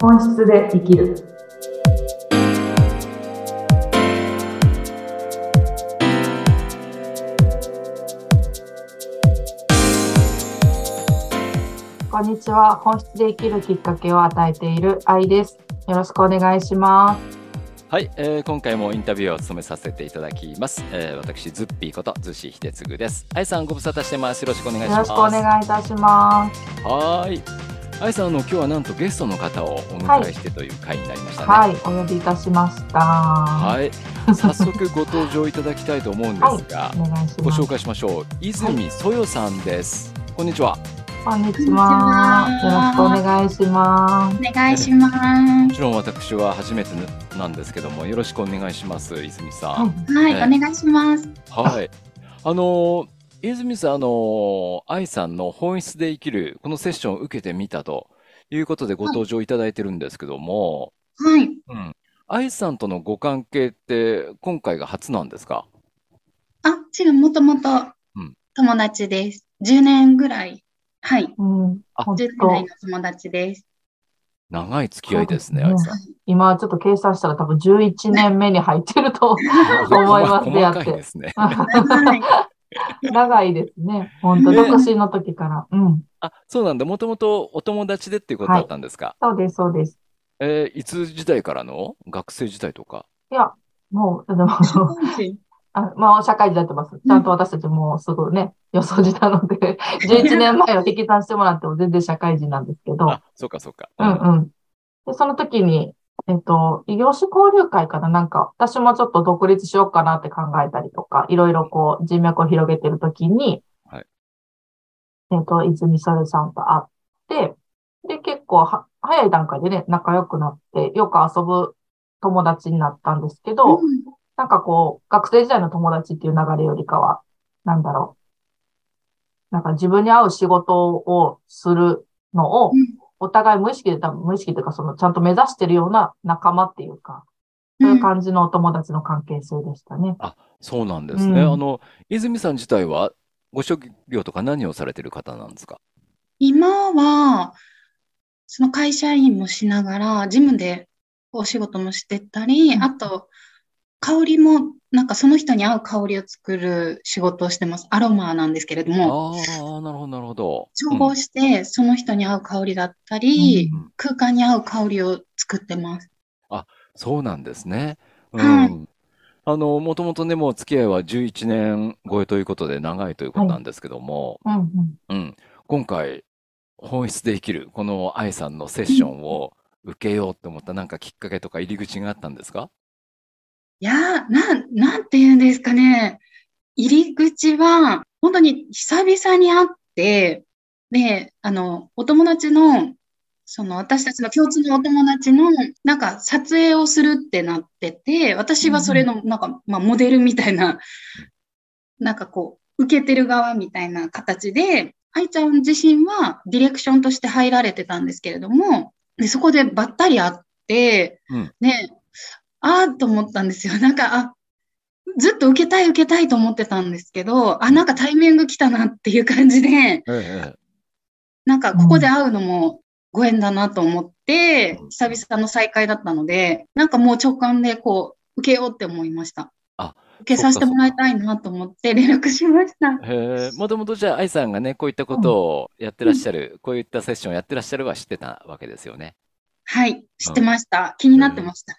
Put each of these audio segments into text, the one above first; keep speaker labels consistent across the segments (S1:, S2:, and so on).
S1: 本質で生きる。こんにちは。本質で生きるきっかけを与えている愛です。よろしくお願いします。
S2: はい、えー今回もインタビューを務めさせていただきます。えー私、ズッピーこと、ズシヒデツグです。あいさん、ご無沙汰してます。よろしくお願いし
S1: よ
S2: ま
S1: ろ
S2: す。
S1: しくお願いいたします。
S2: はーい。あいさん、あの今日はなんとゲストの方をお迎えしてという回になりましたね。
S1: はい、お呼びいたしました。
S2: はい
S1: は。
S2: 早速ご登場いただきたいと思うんですが、
S1: お願いし
S2: ご
S1: ます
S2: 紹。介しましょう。泉そよさんです。こんにちは。も
S1: こんにちは。よろしくお願いします。
S3: お願いします。
S2: ちろん私は初めてなんですけども、よろしくお願いします、泉さん。
S1: はい
S3: はい、
S2: え
S3: お願いします。
S2: はい。あのー、泉さん、あのー、愛さんの本質で生きる、このセッションを受けてみたということでご登場いただいてるんですけども、
S3: はい、
S2: うん。愛さんとのご関係って、今回が初なんですか
S3: あ、違う、もともと
S2: うん
S3: 友達です。10年ぐらい、はい、
S1: うん、
S2: あ
S1: 本
S3: 10年
S1: 当
S3: 来。の友達です。
S2: 長い付き合いですね、
S1: そう
S2: 愛
S1: です
S2: さ
S3: は
S2: ん。
S3: い
S1: 今ちょっと計算したら多分11年目に入ってると 思いますね、
S2: 細
S1: や
S2: か
S1: っ
S2: いで
S1: て。
S2: すね。
S3: はい、
S1: 長いですね。本当
S2: ね
S1: 独身の時から。うん。
S2: あ、そうなんだ。もともとお友達でっていうことだったんですか
S1: そうです、そうです。
S2: えーいつ時代からの学生時代とか。
S1: いや、もう、でも、 あまあ、社会人になってます。ちゃんと私たちもうすぐね、予想時なので、11年前を引き算してもらっても全然社会人なんですけど。
S2: あ、そうかそうか。
S1: うんうん。で、その時に、えっと、異業種交流会かななんか、私もちょっと独立しようかなって考えたりとか、いろいろこう、人脈を広げてる時に、
S2: はい
S1: えっと、泉それさんと会って、で、結構は、早い段階でね、仲良くなって、よく遊ぶ友達になったんですけど、
S3: うん
S1: なんかこう、学生時代の友達っていう流れよりかは、なんだろう。なんか自分に合う仕事をするのを
S3: うん、
S1: お互い無意識で、多分無意識というか、その、ちゃんと目指してるような仲間っていうか、そういう感じのお友達の関係性でしたね。
S2: そうなんですね。
S1: うん
S2: あの、泉さん自体は、ご職業とか何をされてる方なんですか
S3: 今は、その会社員もしながら、ジムでお仕事もしてたり、
S1: うん
S3: あと、香りも、なんかその人に合う香りを作る仕事をしてます。アロマなんですけれども。
S2: ああ、なるほど、なるほど。
S3: 調
S2: うん
S3: 合して、その人に合う香りだったり、
S2: うん
S3: 空間に合う香りを作ってます。
S2: そうなんですね。う
S3: は
S2: ん。あの、もともとね、もう付き合いは11年超えということで長いということなんですけども、
S1: うんうん。
S2: うん。今回、本質で生きる、この愛さんのセッションを受けようと思ったなんかきっかけとか入り口があったんですか
S3: いやー、なん、なんて言うんですかね。入り口は、本当に久々に会って、で、あの、お友達の、その私たちの共通のお友達の、なんか撮影をするってなってて、私はそれの、なんか、まあ、モデルみたいな、なんかこう、受けてる側みたいな形で、愛ちゃん自身はディレクションとして入られてたんですけれども、で、そこでばったり会って、
S2: うん
S3: ね、ああと思ったんですよ。 なんか、あ、ずっと受けたい受けたいと思ってたんですけど、あ、なんかタイミング来たなっていう感じで、
S2: ええ、
S3: なんかここで会うのもご縁だなと思って、
S2: うん
S3: 久々の再会だったので、なんかもう直感でこう、受けようって思いました。
S2: あ
S3: 受けさせてもらいたいなと思って連絡し ました。
S2: へえ、もともとじゃあ、愛さんがね、こういったことをやってらっしゃる、こういったセッションをやってらっしゃるは知ってたわけですよね。
S3: はい、知ってました。気になってました。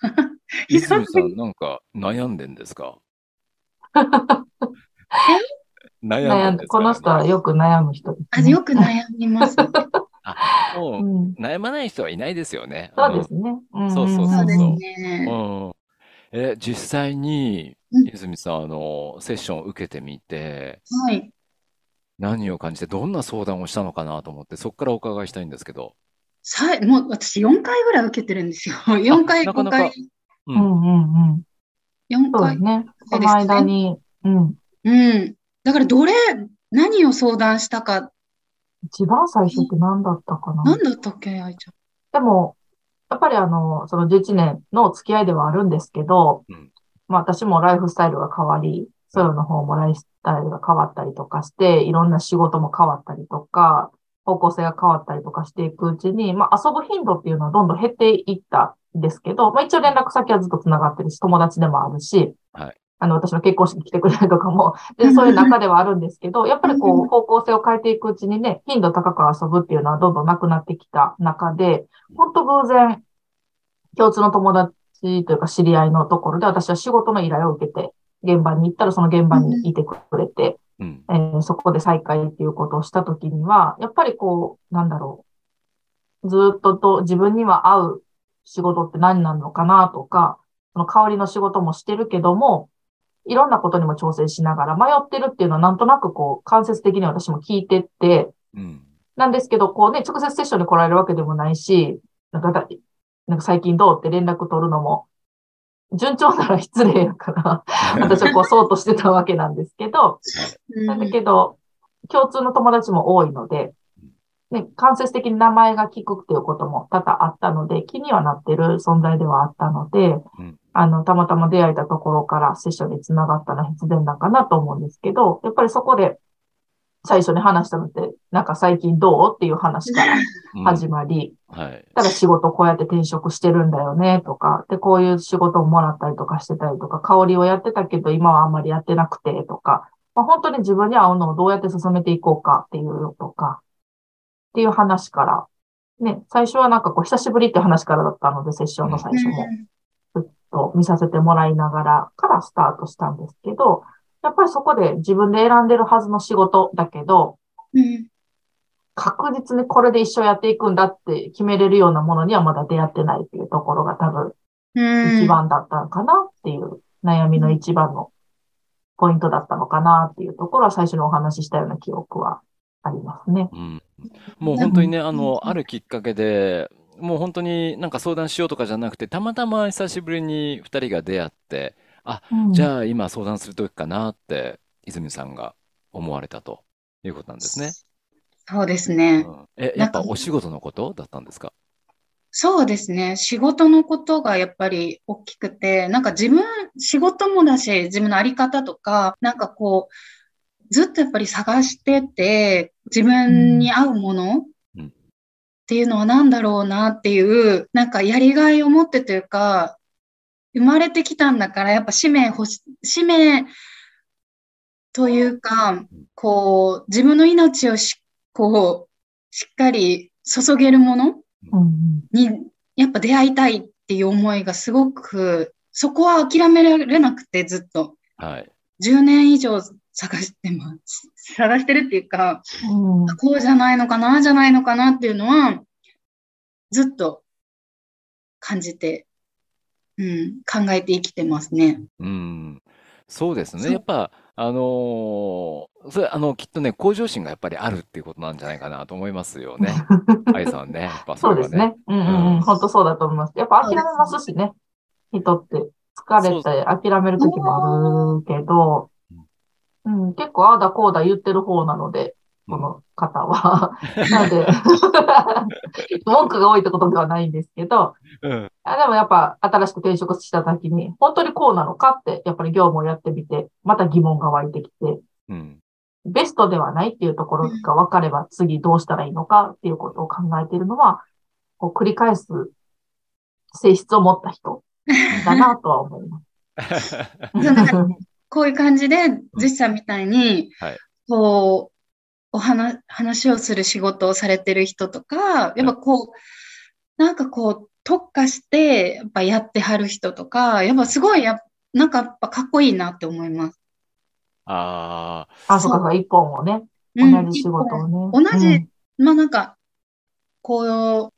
S3: 久
S2: 泉
S3: 々
S2: さ
S3: に
S2: ん、なんか悩んでんですか
S1: 悩ん
S2: 悩んでんです
S1: こ
S2: か
S1: の人はよく悩む人です
S3: あ
S1: ね。
S3: よく悩みます、 ね。
S2: あ、もう
S1: うん。
S2: 悩まない人はいないですよね。
S1: そうですね。うんん
S2: そうそう
S3: そうです
S2: うん。
S3: ね。
S2: うんえ、実際に
S3: うん、
S2: 泉さん、あの、セッションを受けてみて、
S3: はい。
S2: 何を感じて、どんな相談をしたのかなと思って、そこからお伺いしたいんですけど。
S3: さいもう私4回ぐらい受けてるんですよ。4回、
S2: なか
S3: 5
S2: なか
S3: 回、
S2: う。
S1: うんんうんうん。
S3: 4
S1: そうで
S3: 回
S1: す。ね。
S3: そ
S1: そう
S3: ですね
S1: の間に、うん。
S3: うん。だからどれ、何を相談したか、
S1: 一番最初って何だったかな。
S3: 何だったっけ、愛ちゃん。
S1: でも、やっぱりあの、その11年の付き合いではあるんですけど、
S2: うん
S1: まあ私もライフスタイルが変わり、ソロの方もライフスタイルが変わったりとかして、いろんな仕事も変わったりとか、方向性が変わったりとかしていくうちに、まあ、遊ぶ頻度っていうのはどんどん減っていったんですけど、まあ、一応連絡先はずっと繋がってるし、友達でもあるし、
S2: はい。
S1: あの、私の結婚式来てくれたりとかも、で、そういう中ではあるんですけど、やっぱりこう、方向性を変えていくうちにね、頻度高く遊ぶっていうのはどんどんなくなってきた中で、ほんと偶然、共通の友達というか知り合いのところで、私は仕事の依頼を受けて、現場に行ったらその現場にいてくれて、
S2: うん、
S1: えー、そこで再会っていうことをしたときには、やっぱりこう、なんだろう。ずっとと自分には合う仕事って何なのかなとか、その香りの仕事もしてるけども、いろんなことにも挑戦しながら迷ってるっていうのはなんとなくこう間接的に私も聞いてって、
S2: うん、
S1: なんですけど、こうね、直接セッションに来られるわけでもないし、なんかだ、なんか最近どうって連絡取るのも、順調なら失礼やから 私はこうそうとしてたわけなんですけど、なんだけど、共通の友達も多いので、ね、間接的に名前が聞くっていうことも多々あったので、気にはなってる存在ではあったので、
S2: うん
S1: あの、たまたま出会えたところからセッションに繋がったのは必然なんかなと思うんですけど、やっぱりそこで最初に話したのって、なんか最近どうっていう話から始まり、
S2: うん、はい。
S1: ただ仕事こうやって転職してるんだよねとか、で、こういう仕事をもらったりとかしてたりとか、香りをやってたけど今はあんまりやってなくてとか、まあ、本当に自分に合うのをどうやって進めていこうかっていうのとか、っていう話から、ね、最初はなんかこう久しぶりって話からだったので、セッションの最初も。うんと見させてもらいながらからスタートしたんですけど、やっぱりそこで自分で選んでるはずの仕事だけど、
S3: うん、
S1: 確実にこれで一生やっていくんだって決めれるようなものにはまだ出会ってないっていうところが多分一番だったのかなっていう悩みの一番のポイントだったのかなっていうところは最初にお話ししたような記憶はありますね。
S2: うん、もう本当にね、あの、あるきっかけで、もう本当になんか相談しようとかじゃなくて、たまたま久しぶりに2人が出会って、あ、うん、じゃあ今相談する時かなって、泉さんが思われたということなんですね。
S3: そうですね。
S2: うん、え、やっぱお仕事のことだったんですか
S3: そうですね。仕事のことがやっぱり大きくて、なんか自分、仕事もだし、自分のあり方とか、なんかこう、ずっとやっぱり探してて、自分に合うもの、うんっていうのは何だろうなっていう、なんかやりがいを持ってというか、生まれてきたんだから、やっぱ使命欲し、使命というか、こう、自分の命をし、こう、しっかり注げるものに、やっぱ出会いたいっていう思いがすごく、そこは諦められなくて、ずっと。
S2: はい。
S3: 10年以上探してます。探してるっていうか、
S1: うん、
S3: こうじゃないのかな、じゃないのかなっていうのは、ずっと感じて、うん、考えて生きてますね。
S2: うん、そうですね。やっぱ、あのー、それ、あの、きっとね、向上心がやっぱりあるっていうことなんじゃないかなと思いますよ ね。あゆさんね。やっぱ
S1: そ、ね、うですね。うんうん、うん、本当そうだと思います。やっぱ諦めますしね。人って。疲れて諦める時もあるけど、うん、結構ああだこうだ言ってる方なので、この方は。なので、 文句が多いってことではないんですけど、
S2: うん、
S1: あでもやっぱ新しく転職した時に、本当にこうなのかって、やっぱり業務をやってみて、また疑問が湧いてきて、
S2: うん、
S1: ベストではないっていうところが分かれば次どうしたらいいのかっていうことを考えているのは、こう繰り返す性質を持った人だなとは思います。
S3: こういう感じで、実さんみたいに、
S2: うんはい、
S3: こう、お話、話をする仕事をされてる人とか、やっぱこう、なんかこう、特化して、やっぱやってはる人とか、やっぱすごいや、なんかやっぱかっこいいなって思います。
S2: あ
S1: あ。あ、そうかそう、一本をね。同じ仕事を
S3: ね。同じ、うん、まあなんか、こう、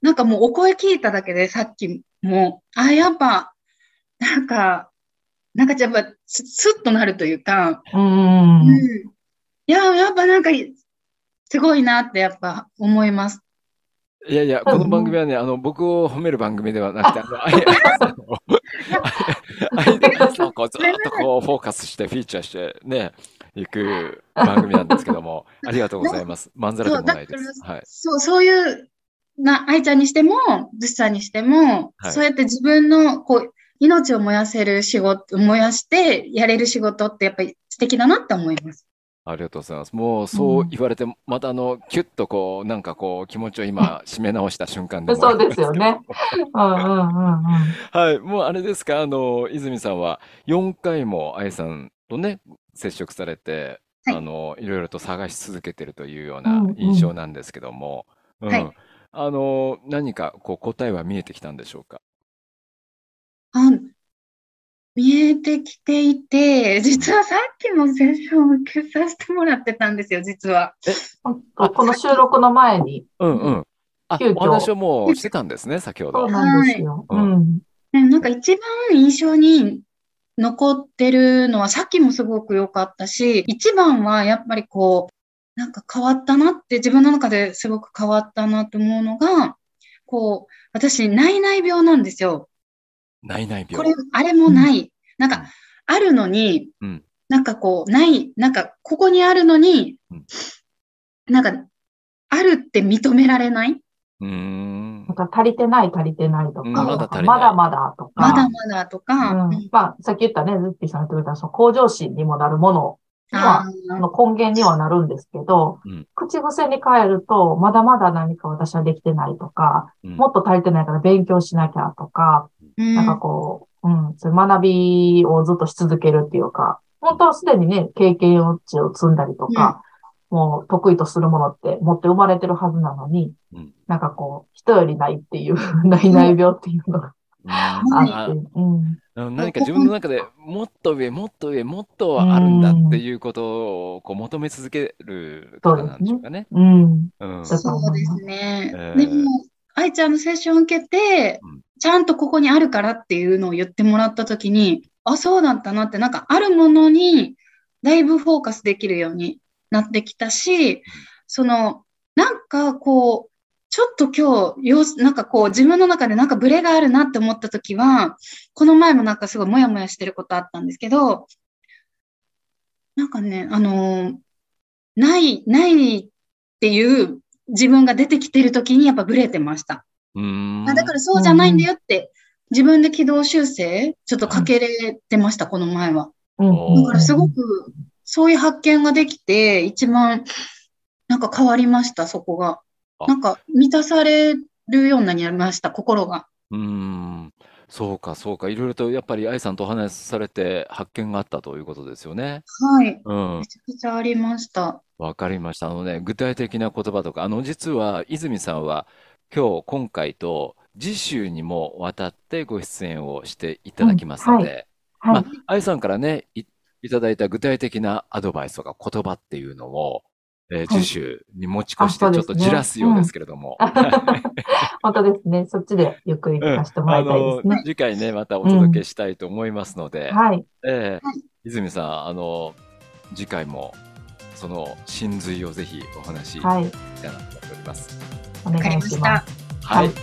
S3: なんかもうお声聞いただけで、さっきも、あ、やっぱ、なんか、なんかやっぱス、スッとなるというか、
S1: うん,うん。
S3: いや、やっぱなんか、すごいなってやっぱ思います。
S2: いやいや、この番組はね、あの、僕を褒める番組ではなくて、あの、あやさんを、あやさんをこうずっとこうフォーカスしてフィーチャーしてね、いく番組なんですけども、ありがとうございます。まんざらでもないです。はい。
S3: そう、そういう、な、愛ちゃんにしても、ずっさんにしても、はい、そうやって自分の、こう、命を燃やせる仕事、燃やしてやれる仕事ってやっぱり素敵だなって思います。
S2: ありがとうございます。もうそう言われて、またあの、キュッとこう、なんかこう、気持ちを今、締め直した瞬間でもあ
S1: そ
S2: り
S1: う
S2: ま
S1: ですよね。うんうんうんうん。
S2: はい、もうあれですか、あの、泉さんは4回もあやさんとね、接触されて、
S3: はい
S2: あの、いろいろと探し続けてるというよう
S1: う
S2: なん
S1: うん
S2: 印象なんですけども、うん
S3: はい
S2: あの、何かこう答えは見えてきたんでしょうか。
S3: あ、見えてきていて、実はさっきもセッションを受けさせてもらってたんですよ、実は。
S1: 本当この収録の前に、
S2: うんうん。あ
S1: 急、遽
S2: お話をもうしてたんですね、先
S1: そ
S2: ほど。
S1: うなんですよ。
S2: はい
S1: うん。
S3: ねなんか一番印象に残ってるのは、さっきもすごく良かったし、一番はやっぱりこう、なんか変わったなって、自分の中ですごく変わったなと思うのが、こう、私、内々病なんですよ。
S2: ないない病。
S3: これ、あれもない。なんか、あるのに
S2: うん、
S3: なんかこう、ない、なんか、ここにあるのに
S2: うん、
S3: なんか、あるって認められないう
S2: ーん
S1: な。んか足りてない足りてないとか、
S2: うん
S3: ま
S2: だ足りない
S1: まだまだと
S3: ま
S1: か、
S3: だまだとか、
S1: うん、まあ、さっき言ったね、ズッピーさんが言ってくれた、その向上心にもなるものには、
S3: あー
S1: あの根源にはなるんですけど、
S2: うん
S1: 口癖に変えると、まだまだ何か私はできてないとか、
S2: うん
S1: もっと足りてないから勉強しなきゃとか、
S3: うん
S1: なんかこう、うん、そういう学びをずっとし続けるっていうか、本当はすでにね、経験値を積んだりとか、もう得意とするものって持って生まれてるはずなのに、
S2: うん
S1: なんかこう、人よりないっていう、 ないない病っていうのが
S2: うんあ
S1: あって、うん。
S2: うん何か自分の中でもっと上、もっと上、もっとあるんだっていうことをこう求め続ける方なんでしょうかね。
S1: うん。
S2: うん。
S1: そうですね
S3: そうですね。
S2: えー
S3: でも、愛ちゃんのセッション受けて
S2: うん、
S3: ちゃんとここにあるからっていうのを言ってもらったときに、あ、そうだったなって、なんかあるものにだいぶフォーカスできるようになってきたし、その、なんかこう、ちょっと今日、様子、なんかこう、自分の中でなんかブレがあるなって思ったときは、この前もなんかすごいモヤモヤしてることあったんですけど、なんかね、あのーない、ないっていう自分が出てきてる時にやっぱブレてました。
S2: うーん
S3: あだからそうじゃないんだよって、自分で軌道修正、ちょっとかけれてました、この前は。
S1: うん。
S2: おー
S3: だからすごく、そういう発見ができて、一番、なんか変わりました、そこが。
S2: あ
S3: なんか満たされるようになりました、心が。
S2: うーん、そうか、そうか、いろいろとやっぱり愛さんとお話しされて発見があったということですよね。
S3: はい。
S2: うん
S3: め、ちゃくちゃありました。
S2: わかりました。あのね、具体的な言葉とか、あの、実は泉さんは今日、今回と次週にもわたってご出演をしていただきますので、
S1: は
S2: ま
S1: い。
S2: あ、愛さんからね、い、いただいた具体的なアドバイスとか言葉っていうのを、えー次週に持ち越して
S1: あそう
S2: ち
S1: で
S2: ょっ
S1: す
S2: と
S1: ね
S2: じらすようですけれども。
S1: 本当ですね。そっちでゆっくり聞かせてもら
S2: あ
S1: いたいで
S2: の
S1: すね。、
S2: 次回ね、またお届けしたいと思いますので、
S1: はい。
S2: ええ
S3: はい
S2: 泉さん、あの、次回も、その真髄をぜひお話しいただ
S1: はい。
S2: きたいと思います。
S1: お
S3: わかり
S1: 願い
S3: まし。
S1: したます。
S2: はい
S1: はい。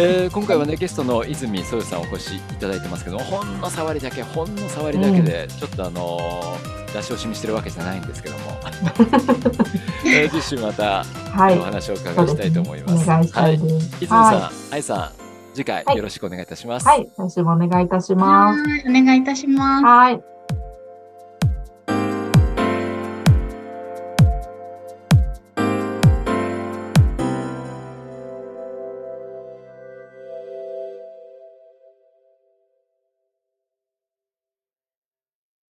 S2: えー今回はね、ゲストの泉そよさんお越しいただいてますけど、ほんの触りだけ、ほんの触りだけで、ちょっとあのー出し惜しみしてるわけじゃないんですけど も、えー次週また
S1: は
S2: お
S1: い。
S2: 話をお伺
S1: そう
S2: い
S1: で
S2: した
S1: す
S2: い
S1: ね
S2: と思います。
S1: お願いした
S2: はいい。
S1: です。
S2: 泉
S1: は
S2: さん、愛さん、次回
S1: はい
S2: よろしくお願いいたします。
S1: い。はい。来週もお願いいたし
S3: は
S1: ます。
S3: いお願いいたします。
S1: はい。